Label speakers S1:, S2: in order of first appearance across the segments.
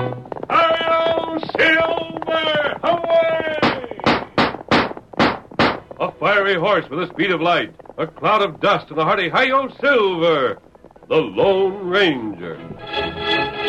S1: Hail Silver! Away! A fiery horse with the speed of light, a cloud of dust, and the hearty Hail Silver! The Lone Ranger.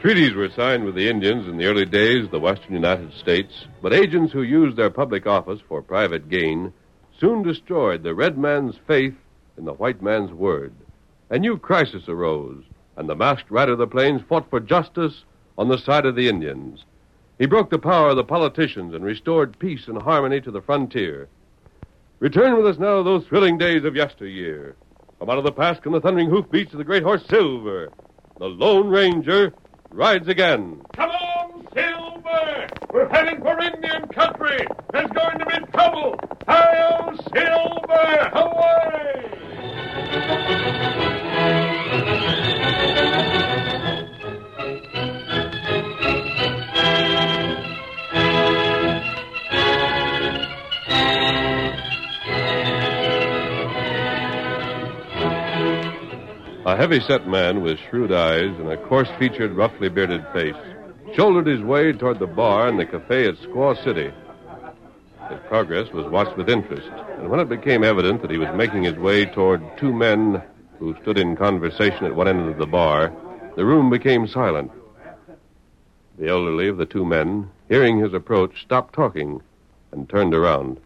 S1: Treaties were signed with the Indians in the early days of the western United States, but agents who used their public office for private gain soon destroyed the red man's faith in the white man's word. A new crisis arose, and the masked rider of the plains fought for justice on the side of the Indians. He broke the power of the politicians and restored peace and harmony to the frontier. Return with us now to those thrilling days of yesteryear. From out of the past come the thundering hoofbeats of the great horse Silver. The Lone Ranger rides again. Come on, Silver! We're heading for Indian country. There's going to be trouble. Hail, Silver! Away! A heavy set man with shrewd eyes and a coarse featured, roughly bearded face shouldered his way toward the bar in the cafe at Squaw City. His progress was watched with interest, and when it became evident that he was making his way toward two men who stood in conversation at one end of the bar, the room became silent. The elderly of the two men, hearing his approach, stopped talking and turned around.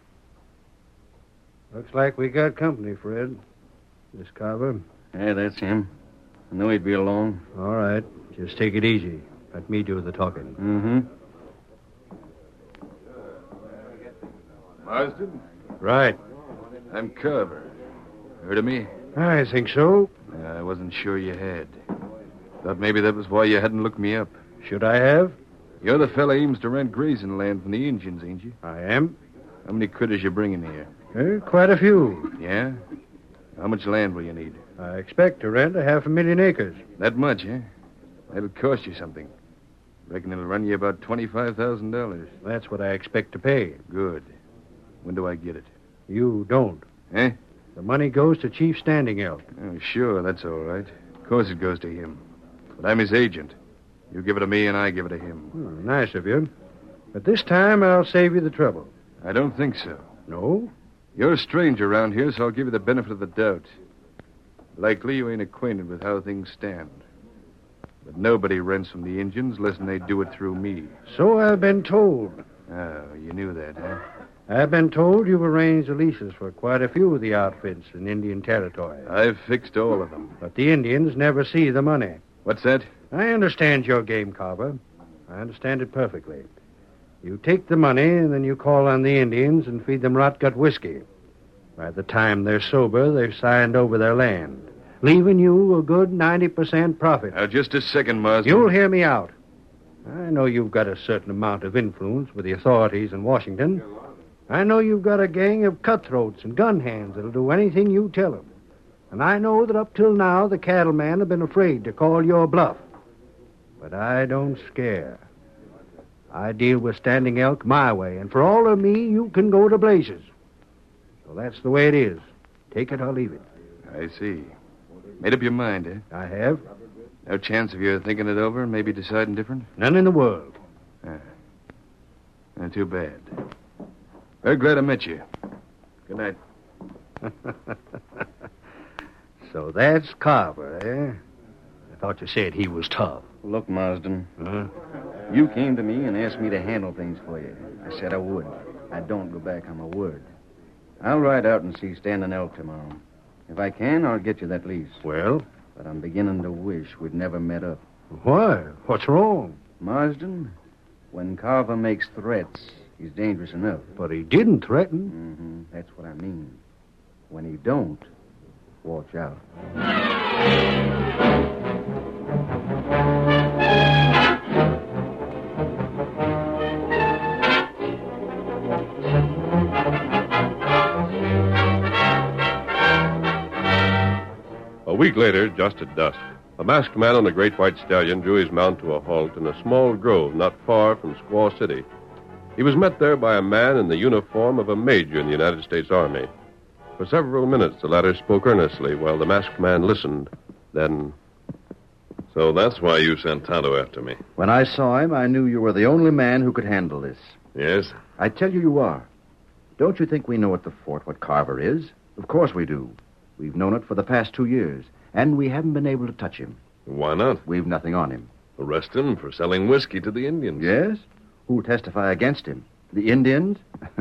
S2: Looks like we got company, Fred. Miss Carver.
S3: Yeah, that's him. I knew he'd be along.
S2: All right. Just take it easy. Let me do the talking.
S3: Mm-hmm.
S4: Marsden,
S2: Right.
S4: I'm Carver. Heard of me?
S2: I think so.
S4: I wasn't sure you had. Thought maybe that was why you hadn't looked me up.
S2: Should I have?
S4: You're the fella aims to rent grazing land from the Indians, ain't you?
S2: I am.
S4: How many critters you bringing here?
S2: Eh, quite a few.
S4: Yeah? How much land will you need?
S2: I expect to rent a half a million acres.
S4: That much, eh? That'll cost you something. Reckon it'll run you about twenty-five thousand dollars.
S2: That's what I expect to pay.
S4: Good. When do I get it?
S2: You don't.
S4: Eh?
S2: The money goes to Chief Standing Elk.
S4: Oh, sure, that's all right. Of course it goes to him. But I'm his agent. You give it to me, and I give it to him.
S2: Well, Hmm, nice of you. But this time I'll save you the trouble.
S4: I don't think so.
S2: No?
S4: You're a stranger around here, so I'll give you the benefit of the doubt. Likely you ain't acquainted with how things stand. But nobody rents from the Indians unless they do it through me.
S2: So I've been told.
S4: Oh, you knew that, huh?
S2: I've been told you've arranged the leases for quite a few of the outfits in Indian Territory.
S4: I've fixed all of them.
S2: But the Indians never see the money.
S4: What's that?
S2: I understand your game, Carver. I understand it perfectly. You take the money, and then you call on the Indians and feed them rot gut whiskey. By the time they're sober, they've signed over their land, leaving you a good 90% profit.
S4: Oh,
S5: Now, just a second, Marsden.
S2: You'll hear me out. I know you've got a certain amount of influence with the authorities in Washington. I know you've got a gang of cutthroats and gun hands that'll do anything you tell them. And I know that up till now the cattlemen have been afraid to call your bluff. But I don't scare. I deal with standing elk my way, and for all of me, you can go to blazes. So that's the way it is. Take it or leave it.
S5: I see. Made up your mind, eh?
S2: I have
S5: No chance of your thinking it over and maybe deciding different?
S2: none in the world.
S5: Eh, too bad. Very glad I met you. Good night.
S2: So that's Carver, eh? I thought you said he was tough.
S4: Look, Marsden,
S5: Uh-huh.
S2: Huh?
S4: you came to me and asked me to handle things for you. I said I would. I don't go back on my word. I'll ride out and see Standing Elk tomorrow. If I can, I'll get you that lease.
S2: Well,
S4: But I'm beginning to wish we'd never met up.
S2: why? What's wrong?
S4: Marsden, when Carver makes threats, he's dangerous enough.
S2: But he didn't threaten.
S4: Mm-hmm. That's what I mean. When he don't, watch out.
S1: A week later, just at dusk, a masked man on a great white stallion drew his mount to a halt in a small grove not far from Squaw City. He was met there by a man in the uniform of a major in the United States Army. For several minutes, the latter spoke earnestly while the masked man listened. Then. So that's why you sent Tonto after me?
S4: When I saw him, I knew you were the only man who could handle this.
S1: Yes?
S4: I tell you, you are. Don't you think we know at the fort what Carver is? Of course we do. We've known it for the past two years, and we haven't been able to touch him.
S1: Why not?
S4: We've nothing on him.
S1: Arrest him for selling whiskey to the Indians.
S4: Yes? Who'll testify against him? The Indians?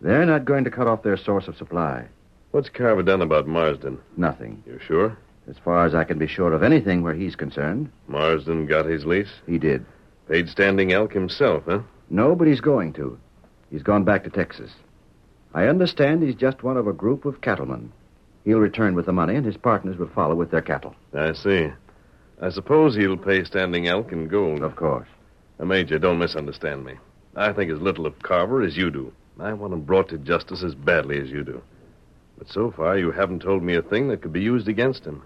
S4: They're not going to cut off their source of supply.
S1: What's Carver done about Marsden?
S4: Nothing.
S1: You sure?
S4: As far as I can be sure of anything where he's concerned,
S1: Marsden got his lease?
S4: he did.
S1: Paid Standing Elk himself, huh?
S4: No, but he's going to. He's gone back to Texas. I understand he's just one of a group of cattlemen. He'll return with the money, and his partners will follow with their cattle.
S1: I see. I suppose he'll pay Standing Elk in gold.
S4: Of course.
S1: Now, Major, don't misunderstand me. I think as little of Carver as you do. I want him brought to justice as badly as you do. But so far, you haven't told me a thing that could be used against him.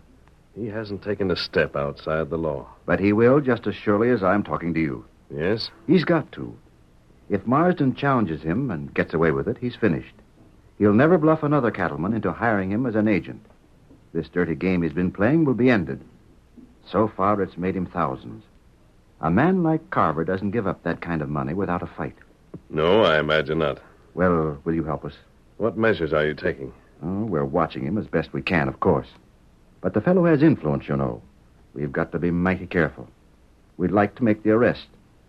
S1: He hasn't taken a step outside the law.
S4: But he will just as surely as I'm talking to you.
S1: Yes?
S4: He's got to. If Marsden challenges him and gets away with it, he's finished. He'll never bluff another cattleman into hiring him as an agent. This dirty game he's been playing will be ended. So far, it's made him thousands. A man like Carver doesn't give up that kind of money without a fight.
S1: No, I imagine not.
S4: Well, will you help us?
S1: What measures are you taking?
S4: Oh, we're watching him as best we can, of course. But the fellow has influence, you know. We've got to be mighty careful. We'd like to make the arrest,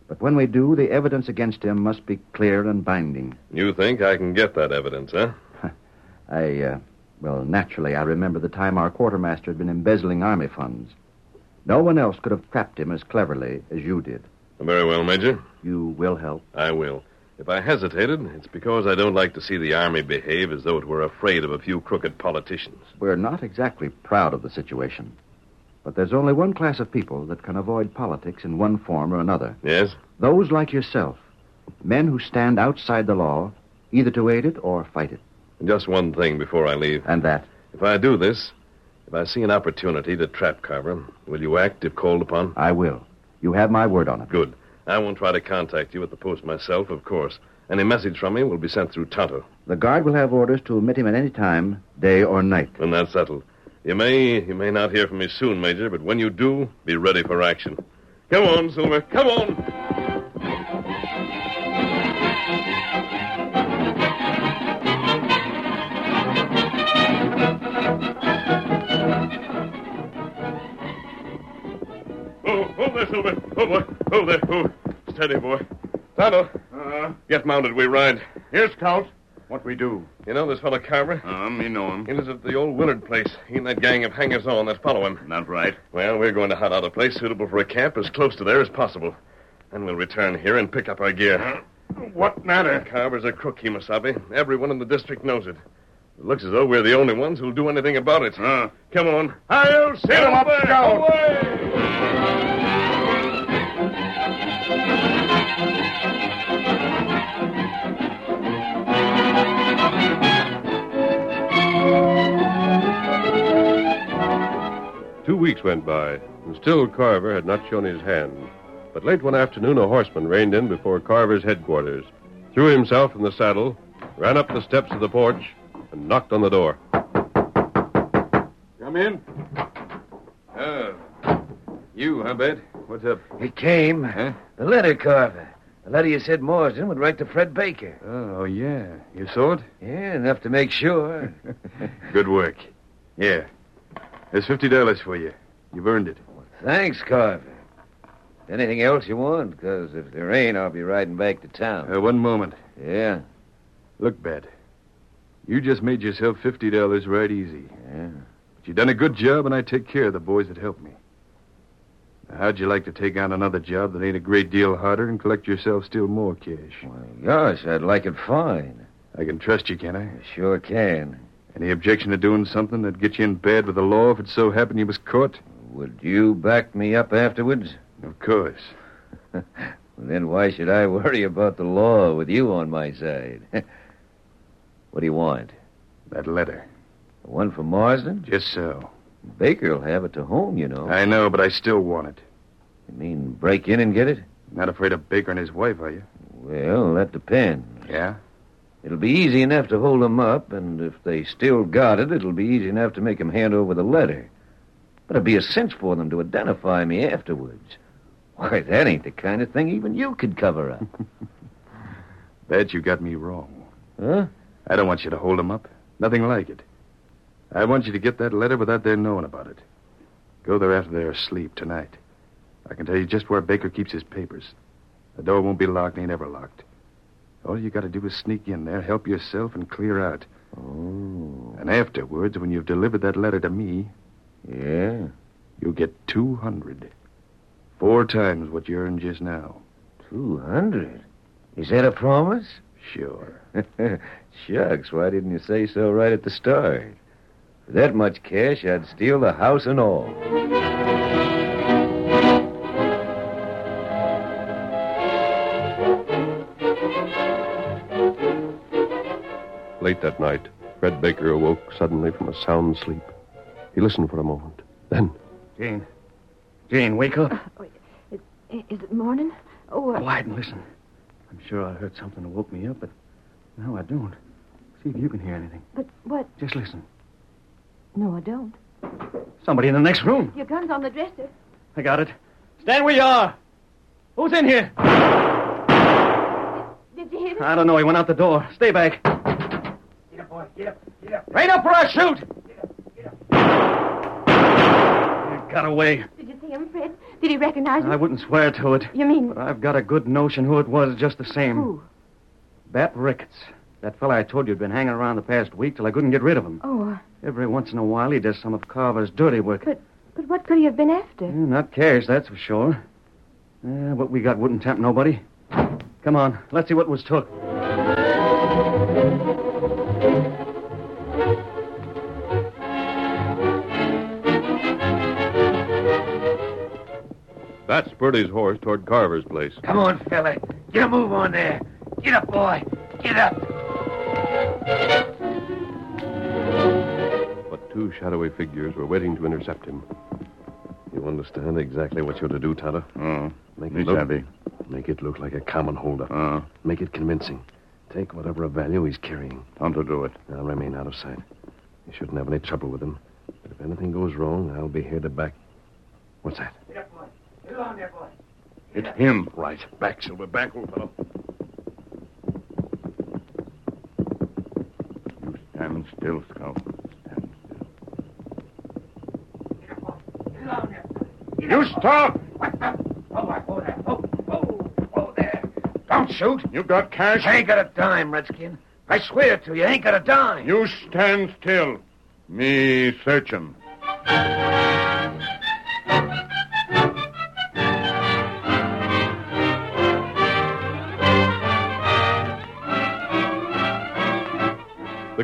S4: but when we do, the evidence against him must be clear and binding.
S1: You think I can get that evidence, huh?
S4: I, uh, well, naturally, I remember the time our quartermaster had been embezzling army funds. No one else could have trapped him as cleverly as you did.
S1: Very well, Major.
S4: You will help.
S1: I will. If I hesitated, it's because I don't like to see the Army behave as though it were afraid of a few crooked politicians.
S4: We're not exactly proud of the situation, but there's only one class of people that can avoid politics in one form or another.
S1: Yes?
S4: Those like yourself, men who stand outside the law, either to aid it or fight it.
S1: Just one thing before I leave.
S4: And that,
S1: If I do this, if I see an opportunity to trap Carver, will you act if called upon?
S4: I will. You have my word on it.
S1: Good. I won't try to contact you at the post myself, of course. Any message from me will be sent through Tonto.
S4: The guard will have orders to admit him at any time, day or night.
S1: Then that's settled. You may, you may not hear from me soon, Major, but when you do, be ready for action. Come on, Silver. Come on. Oh, hold there, Silver. Oh, boy. Hold there. Oh, steady, boy. Tonto. Get mounted. We ride.
S5: Yes, Scout. What we do?
S6: You know this fellow Carver?
S2: Um, you know him.
S6: He lives at the old Willard place. He and that gang of hangers on that follow him.
S2: Not right.
S6: Well, we're going to hunt out a place suitable for a camp as close to there as possible. Then we'll return here and pick up our gear.
S2: What matter?
S6: Carver's a crook, Kimasabi. Everyone in the district knows it. It looks as though we're the only ones who'll do anything about it.
S2: Huh?
S6: Come on.
S2: I'll set him up, Scout.
S7: Two weeks went by, and still Carver had not shown his hand. But late one afternoon, a horseman reined in before Carver's headquarters, threw himself in the saddle, ran up the steps of the porch, and knocked on the door.
S1: Come in. Oh. You, huh, Bed? What's up?
S4: It came.
S1: Huh?
S4: The letter, Carver. The letter you said Marsden would write to Fred Baker.
S1: Oh, yeah. You saw it?
S4: Yeah, enough to make sure.
S1: Good work. Yeah. There's $50 for you. You've earned it.
S4: Thanks, Carver. Anything else you want? Because if there ain't, I'll be riding back to town.
S1: Uh, one moment.
S4: Yeah.
S1: Look, Bed. You just made yourself $50 right easy.
S4: Yeah.
S1: But you done a good job, and I take care of the boys that helped me. Now, how'd you like to take on another job that ain't a great deal harder and collect yourself still more cash?
S4: Well, gosh, I'd like it fine.
S1: I can trust you, can I?
S4: I sure can.
S1: Any objection to doing something that'd get you in bad with the law if it so happened you was caught?
S4: Would you back me up afterwards?
S1: Of course.
S4: Well, then why should I worry about the law with you on my side? what do you want?
S1: That letter.
S4: The one from Marsden?
S1: Just so.
S4: Baker'll have it to home, you know.
S1: I know, but I still want it.
S4: You mean break in and get it?
S1: Not afraid of Baker and his wife, are you?
S4: Well, that depends.
S1: Yeah?
S4: It'll be easy enough to hold 'em up, and if they still got it, it'll be easy enough to make 'em hand over the letter. But it'll be a cinch for them to identify me afterwards. Why, that ain't the kind of thing even you could cover up.
S1: Bet you got me wrong.
S4: huh?
S1: I don't want you to hold them up. Nothing like it. I want you to get that letter without their knowing about it. Go there after they're asleep tonight. I can tell you just where Baker keeps his papers. The door won't be locked, ain't ever locked. All you gotta do is sneak in there, help yourself, and clear out.
S4: Oh,
S1: And afterwards, when you've delivered that letter to me,
S4: yeah.
S1: you'll get 200. Four times what you earned just now.
S4: Two hundred. Is that a promise?
S1: Sure.
S4: Shucks, why didn't you say so right at the start? For that much cash, I'd steal the house and all.
S7: Late that night, Fred Baker awoke suddenly from a sound sleep. He listened for a moment. Then,
S2: Jane. Jane, wake up.
S8: I- Is it morning? Oh, uh,
S2: Quiet and listen. I'm sure I heard something that woke me up, but no, I don't. See if you can hear anything.
S8: but what?
S2: Just listen.
S8: No, I don't.
S2: Somebody in the next room.
S8: Your gun's on the dresser.
S2: I got it. Stand where you are. Who's in here?
S8: Did you hear it?
S2: I don't know. He went out the door. Stay back. Get up, boy. Get up. Get up. Right up or I shoot. Get up. Get up. Got away.
S8: Did you see him, Fred? Did he recognize you?
S2: I wouldn't swear to it.
S8: You mean
S2: But I've got a good notion who it was just the same.
S8: who?
S2: Bat Ricketts. That fella I told you had been hanging around the past week till I couldn't get rid of him.
S8: Oh, uh,
S2: Every once in a while he does some of Carver's dirty work.
S8: But- but what could he have been after?
S2: Yeah, not cash, that's for sure. Uh, what we got wouldn't tempt nobody. Come on, let's see what was took.
S7: that spurred his horse toward Carver's place.
S4: Come on, fella. Get a move on there. Get up, boy. Get up.
S7: But two shadowy figures were waiting to intercept him.
S6: You understand exactly what you're to do, Tonto? Make
S2: Uh-huh. Me savvy.
S6: Make it look like a common holdup.
S2: Uh,
S6: Make it convincing. Take whatever of value he's carrying.
S2: time to do it.
S6: Now remain out of sight. You shouldn't have any trouble with him. But if anything goes wrong, I'll be here to back. What's that?
S2: It's him.
S6: Right. Back, Silver. Back, old fellow.
S2: Stand still, Scout. Stand still. You stop!
S4: Oh, there. Don't shoot.
S2: You got cash?
S4: I ain't got a dime, Redskin. I swear to you, ain't got a dime.
S1: You stand still. Me search him.
S9: The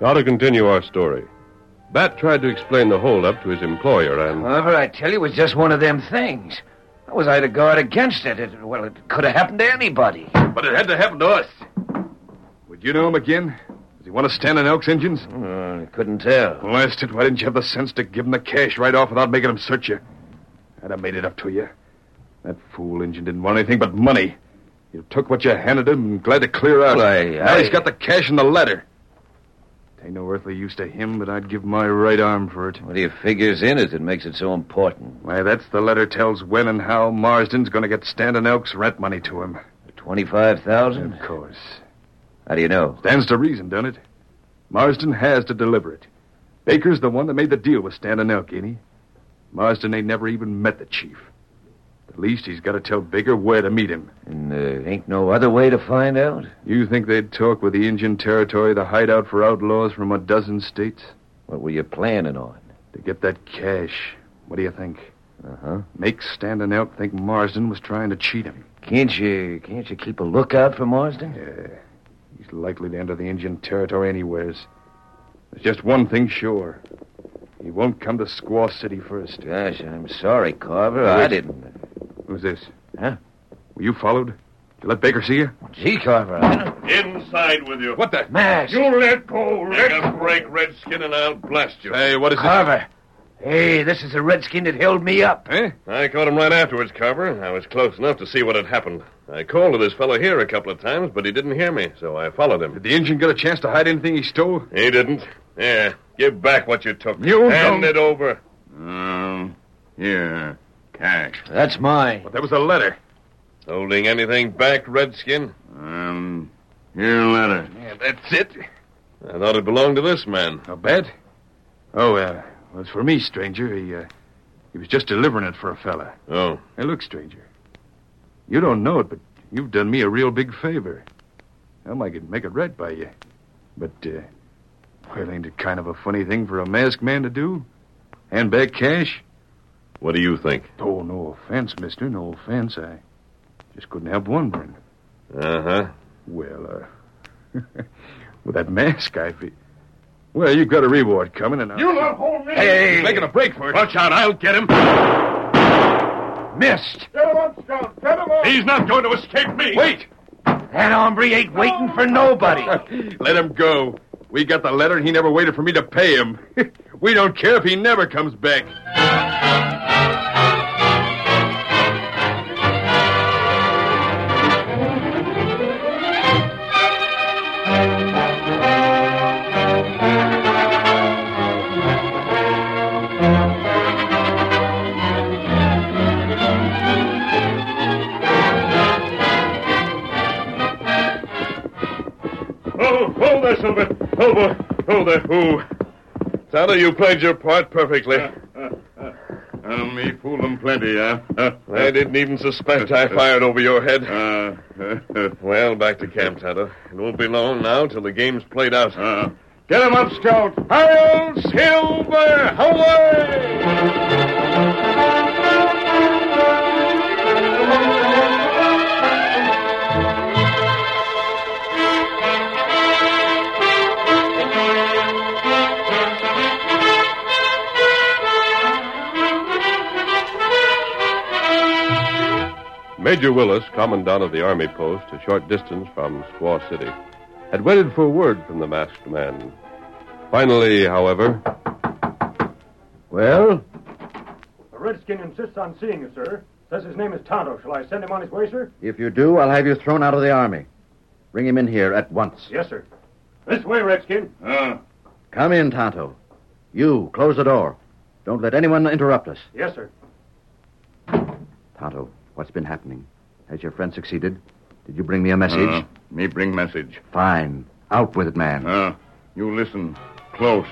S9: Now to continue our story. Bat tried to explain the holdup to his employer, and
S4: However, I tell you, it was just one of them things. How was I to guard against it? it well, it could have happened to anybody.
S2: But it had to happen to us. Would you know him again? Does he want to stand on Elk's engines?
S4: I Hmm, couldn't tell.
S2: Blast it, why didn't you have the sense to give him the cash right off without making him search you? I'd have made it up to you. That fool engine didn't want anything but money. You took what you handed him and glad to clear out.
S4: Well, I-
S2: now
S4: I-
S2: he's got the cash and the letter. It ain't no earthly use to him, but I'd give my right arm for it.
S4: What do you figures in it that makes it so important?
S2: Why, that's the letter tells when and how Marsden's going to get Standing Elk's rent money to him.
S4: Twenty-five thousand?
S2: Of course.
S4: How do you know?
S2: Stands to reason, don't it? Marsden has to deliver it. Baker's the one that made the deal with Standing Elk, ain't he? Marsden ain't never even met the chief. At least he's got to tell Baker where to meet him.
S4: And uh, ain't no other way to find out?
S2: You think they'd talk with the Indian Territory, the hideout for outlaws from a dozen states,
S4: What were you planning on?
S2: to get that cash? What do you think?
S4: Uh huh.
S2: Make Standing Elk think Marsden was trying to cheat him.
S4: Can't you can't you keep a lookout for Marsden?
S2: Yeah, he's likely to enter the Indian Territory anywheres. There's just one thing sure. He won't come to Squaw City first.
S4: Gosh, I'm sorry, Carver. I
S2: Wait.
S4: didn't.
S2: Who's this?
S4: Huh?
S2: Were you followed? Did you let Baker see you?
S4: Gee, Carver, I don't.
S1: Inside with you.
S2: What the?
S4: Mask.
S1: You let go. Let Take a break, Redskin, and I'll blast you.
S2: Hey, what is
S4: Carver. Hey, this is the redskin that held me up.
S2: this? Eh?
S1: I caught him right afterwards, Carver. I was close enough to see what had happened. I called to this fellow here a couple of times, but he didn't hear me, so I followed him.
S2: Did the Indian get a chance to hide anything he stole?
S1: He didn't. Yeah, give back what you took.
S2: You
S1: Hand
S2: don't-
S1: it over.
S5: Um, here. Cash.
S4: That's mine.
S2: That was a letter.
S1: Holding anything back, Redskin?
S5: Um, here letter.
S2: Yeah, that's it.
S1: I thought it belonged to this man.
S2: A bet? Oh, uh, well, it's for me, stranger. He, uh, he was just delivering it for a fella.
S1: Oh,
S2: Hey, look, stranger. You don't know it, but you've done me a real big favor. I might could make it right by you. But, uh, well, ain't it kind of a funny thing for a masked man to do? Hand back cash?
S1: what do you think?
S2: Oh, no offense, mister. No offense. I just couldn't help wondering.
S1: Uh
S5: Uh-huh.
S1: huh.
S2: Well, uh, with that mask, I fe Well, you've got a reward coming, and I... You
S1: lot hold me.
S2: He's making a break for it.
S1: Watch out, I'll get him.
S4: Missed.
S1: Get him up, Scout. Get him up. He's not going to escape me.
S2: Wait!
S4: That hombre ain't waiting for nobody.
S2: Let him go. We got the letter, and he never waited for me to pay him. we don't care if he never comes back.
S1: Oh, hold there, Silver. Hold there. Hold there. Ooh. Santa, you played your part perfectly.
S10: Uh, me fool them plenty,
S1: uh,
S10: huh? I
S11: didn't even suspect I fired over your head.
S10: Uh,
S11: well, back to camp, Tonto. It won't be long now till the game's played out.
S10: Uh, get him up, Scout. Hail Silver! Away!
S1: Major Willis, commandant of the army post, a short distance from Squaw City, had waited for word from the masked man. Finally, however.
S4: Well?
S12: The redskin insists on seeing you, sir. Says his name is Tonto. Shall I send him on his way, sir?
S4: If you do, I'll have you thrown out of the army. Bring him in here at once.
S12: Yes, sir. This way, redskin.
S10: Uh.
S4: Come in, Tonto. You, close the door. Don't let anyone interrupt us.
S12: Yes, sir.
S4: Tonto, what's been happening? Has your friend succeeded? Did you bring me a message?
S13: Uh-huh.
S10: Uh, me bring message.
S4: Fine. Out with it, man.
S10: Uh, you listen close.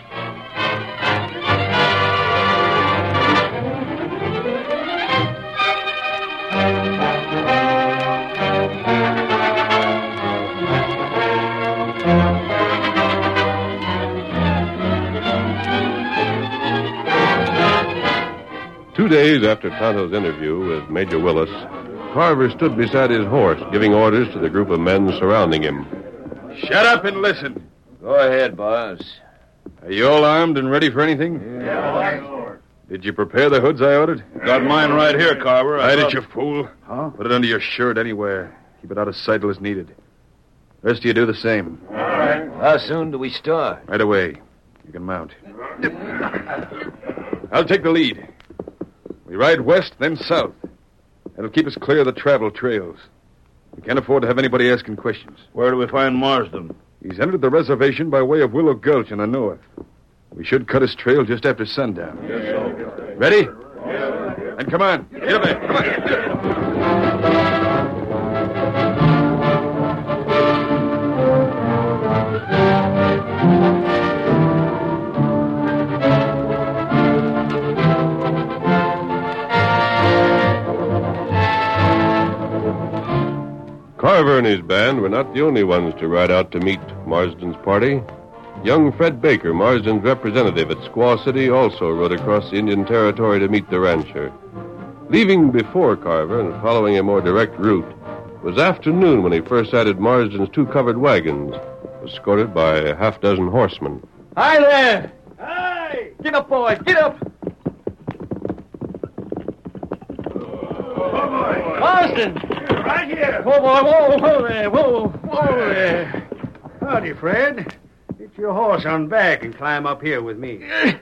S1: Two days after Tonto's interview with Major Willis, Carver stood beside his horse, giving orders to the group of men surrounding him.
S10: Shut up and listen.
S13: Go ahead, boss.
S5: Are you all armed and ready for anything? Did you prepare the hoods I ordered?
S10: Got mine right here, Carver. I
S5: Right
S10: thought-
S5: it, you fool. Huh? Put it under your shirt anywhere. Keep it out of sight till it's needed. Rest of you do the same.
S13: How soon do we start?
S5: Right away. You can mount. I'll take the lead. We ride west, then south. That'll keep us clear of the travel trails. We can't afford to have anybody asking questions.
S10: Where do we find Marsden?
S5: He's entered the reservation by way of Willow Gulch in the north. We should cut his trail just after sundown. Ready? And come on. Get up there. Come on.
S1: Carver and his band were not the only ones to ride out to meet Marsden's party. Young Fred Baker, Marsden's representative at Squaw City, also rode across the Indian Territory to meet the rancher. Leaving before Carver and following a more direct route, it was afternoon when he first sighted Marsden's two covered wagons, escorted by a half dozen horsemen.
S14: Hi there! Hey! Get up, boy! Get up! Marston!
S2: Right here.
S14: Whoa, boy! Whoa, whoa there! Whoa, whoa there!
S2: Howdy, Fred. Get your horse on back and climb up here with me.
S14: Uh,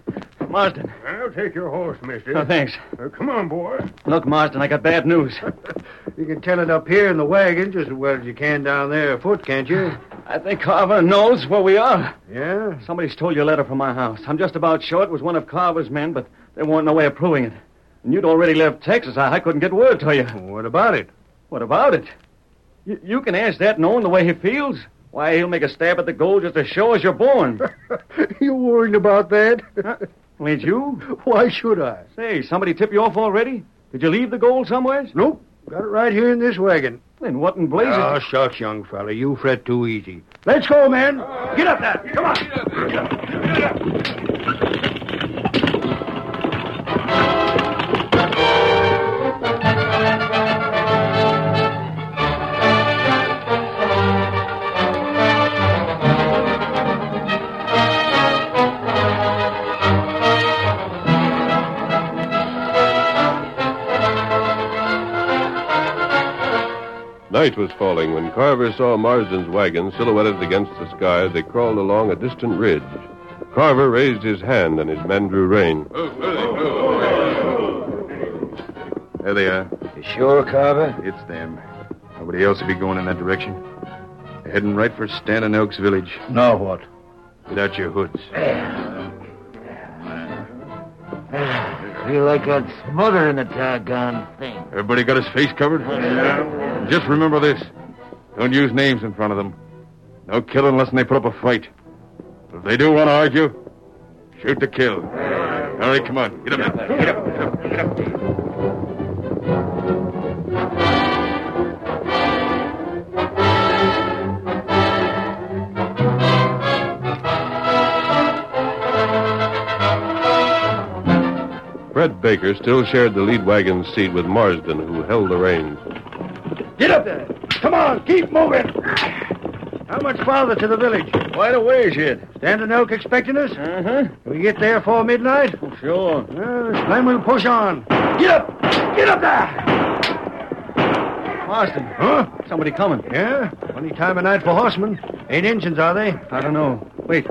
S14: Marston.
S2: I'll take your horse, mister. Uh,
S14: No, thanks.
S2: come on, boy.
S14: Look, Marston, I got bad news.
S2: You can tell it up here in the wagon just as well as you can down there afoot, can't you?
S14: I think Carver knows where we are.
S2: Yeah?
S14: Somebody stole your letter from my house. I'm just about sure it was one of Carver's men, but there weren't no way of proving it. And you'd already left Texas. I, I couldn't get word to you.
S2: What about it?
S14: What about it? You, you can ask that knowing the way he feels. Why, he'll make a stab at the goal just as sure as you're born.
S2: you worried about that?
S14: Ain't you?
S2: Why should I?
S14: Say, somebody tip you off already? Did you leave the goal somewheres?
S2: Nope. Got it right here in this wagon.
S14: Then what in blazes?
S4: Ah,
S2: Oh, shucks, young fella. You fret too easy. Let's go, man. Get up there. Come on.
S1: Night was falling when Carver saw Marsden's wagon silhouetted against the sky as they crawled along a distant ridge. Carver raised his hand and his men drew rein.
S5: There they are.
S13: You sure, Carver?
S5: It's them. Nobody else would be going in that direction. They're heading right for Stanton Elks Village.
S2: Now what?
S5: Without your hoods.
S13: Feel like I'd smother in a doggone thing.
S5: Everybody got his face covered? Just remember this. Don't use names in front of them. No killing unless they put up a fight. If they do want to argue, shoot to kill. All right, come on. Get up. Get up. Get up. Get up. Fred Baker still shared the lead wagon seat with Marsden, who held the reins.
S2: Get up there. Come on, keep moving. How much farther to the village?
S15: Quite a ways yet.
S2: Standing Elk expecting us?
S15: Uh-huh. Oh,
S2: Can we get there before midnight?
S15: Sure.
S2: Well, then we'll push on. Get up! Get up there!
S15: Marston. Huh? Somebody coming.
S2: Yeah? Funny time of night for horsemen. Ain't engines, are they?
S15: I don't know. Wait.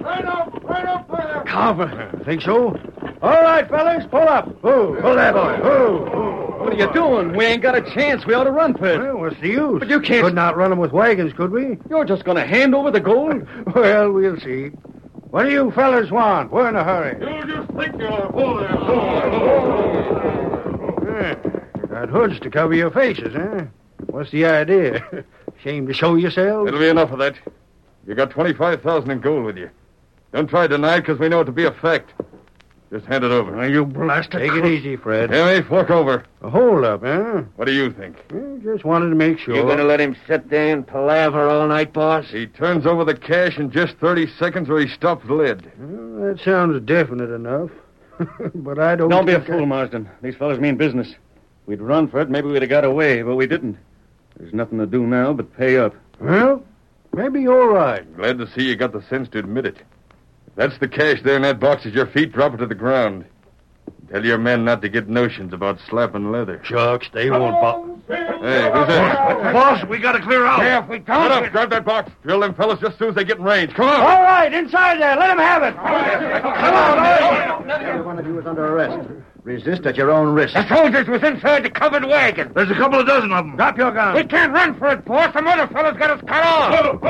S16: Right up, right up, right up.
S2: Carver. Think so? All right, fellas, pull up. Whoa, pull that boy. Whoa.
S15: What are you doing? We ain't got a chance. We ought to run for it.
S2: Well, what's the use?
S15: But you can't.
S2: Could not run them with wagons, could we?
S15: You're just going to hand over the gold?
S2: well, we'll see. What do you fellas want? We're in a hurry.
S16: You just think you're a fool there. Oh, oh,
S2: Yeah. You got hoods to cover your faces, eh? What's the idea? Shame to show yourselves?
S1: It'll be enough of that. You got 25,000 in gold with you. Don't try to deny it because we know it to be a fact. Just hand it over.
S2: you blasted. Take it easy, Fred.
S1: Henry, fork over.
S2: Hold up, eh?
S1: What do you think?
S2: Well, Just wanted to make sure.
S17: You gonna let him sit there and palaver all night, boss?
S1: He turns over the cash in just 30 seconds or he stops lead.
S2: Well, that sounds definite enough. but I don't.
S15: Don't be a
S2: think I-
S15: fool, Marsden. These fellas mean business. We'd run for it. Maybe we'd have got away, but we didn't. There's nothing to do now but pay up.
S2: Well, maybe you're right.
S1: Glad to see you got the sense to admit it. If that's the cash there in that box at your feet. Drop it to the ground. Tell your men not to get notions about slapping leather.
S2: Shucks, they won't bother.
S1: Hey, who's that?
S17: Boss, we gotta clear out.
S1: Yeah, if we
S17: don't-
S1: Get up, grab that box. Drill them fellas just as soon as they get in range. Come on.
S2: All right, inside there. Let him have it. Come on, all right.
S4: Every one of you is under arrest. Resist at your own risk.
S17: The soldiers was inside the covered wagon.
S18: There's a couple of dozen of them.
S2: Drop your gun.
S17: We can't run for it, boss. Some other fellow's got us cut off.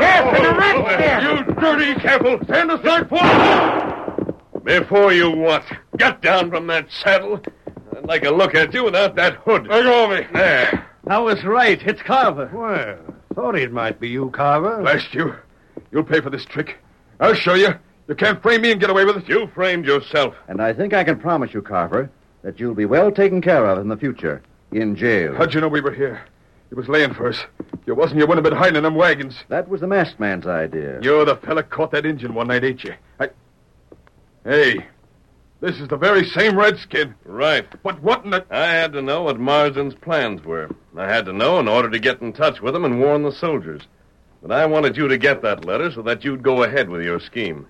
S16: Yes,
S17: and a rat
S16: You dirty careful. Stand aside, fool.
S19: Before you what? Get down from that saddle. I'd like a look at you without that hood. Look over There.
S15: I was right. It's Carver.
S2: Well, thought it might be you, Carver.
S1: Blast you. You'll pay for this trick. I'll show you. You can't frame me and get away with it.
S19: You framed yourself.
S4: And I think I can promise you, Carver, that you'll be well taken care of in the future. In jail.
S1: How'd you know we were here? It was laying for us. If you wasn't, you wouldn't have been hiding in them wagons.
S4: That was the masked man's idea.
S1: You're the fella caught that engine one night, ain't you? I... Hey, this is the very same redskin.
S19: Right.
S1: But what in the...
S19: I had to know what Marsden's plans were. I had to know in order to get in touch with him and warn the soldiers. But I wanted you to get that letter so that you'd go ahead with your scheme.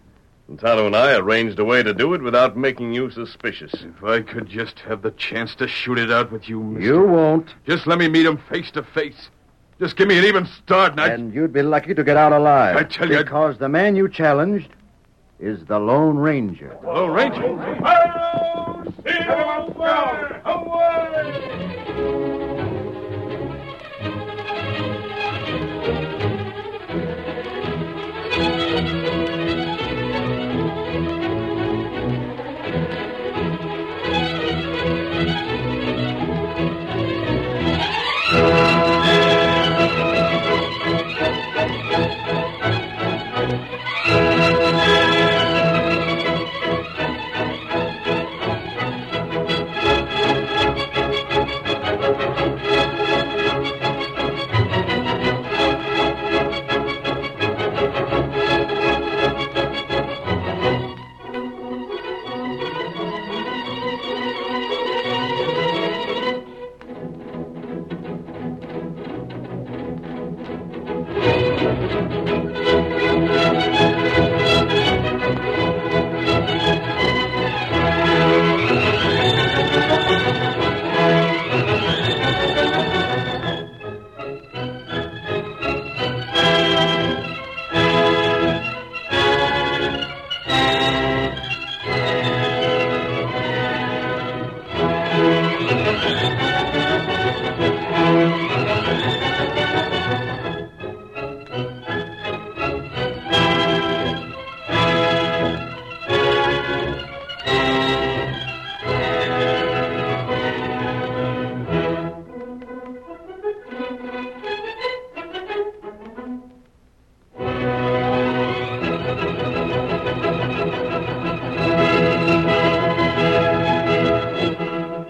S19: And Tonto and I arranged a way to do it without making you suspicious.
S1: If I could just have the chance to shoot it out with you, mister.
S4: You won't.
S1: Just let me meet him face to face. Just give me an even start, and I...
S4: And you'd be lucky to get out alive.
S1: I tell you-
S4: Because the man you challenged is the Lone Ranger.
S1: Lone Ranger.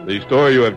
S5: The story you have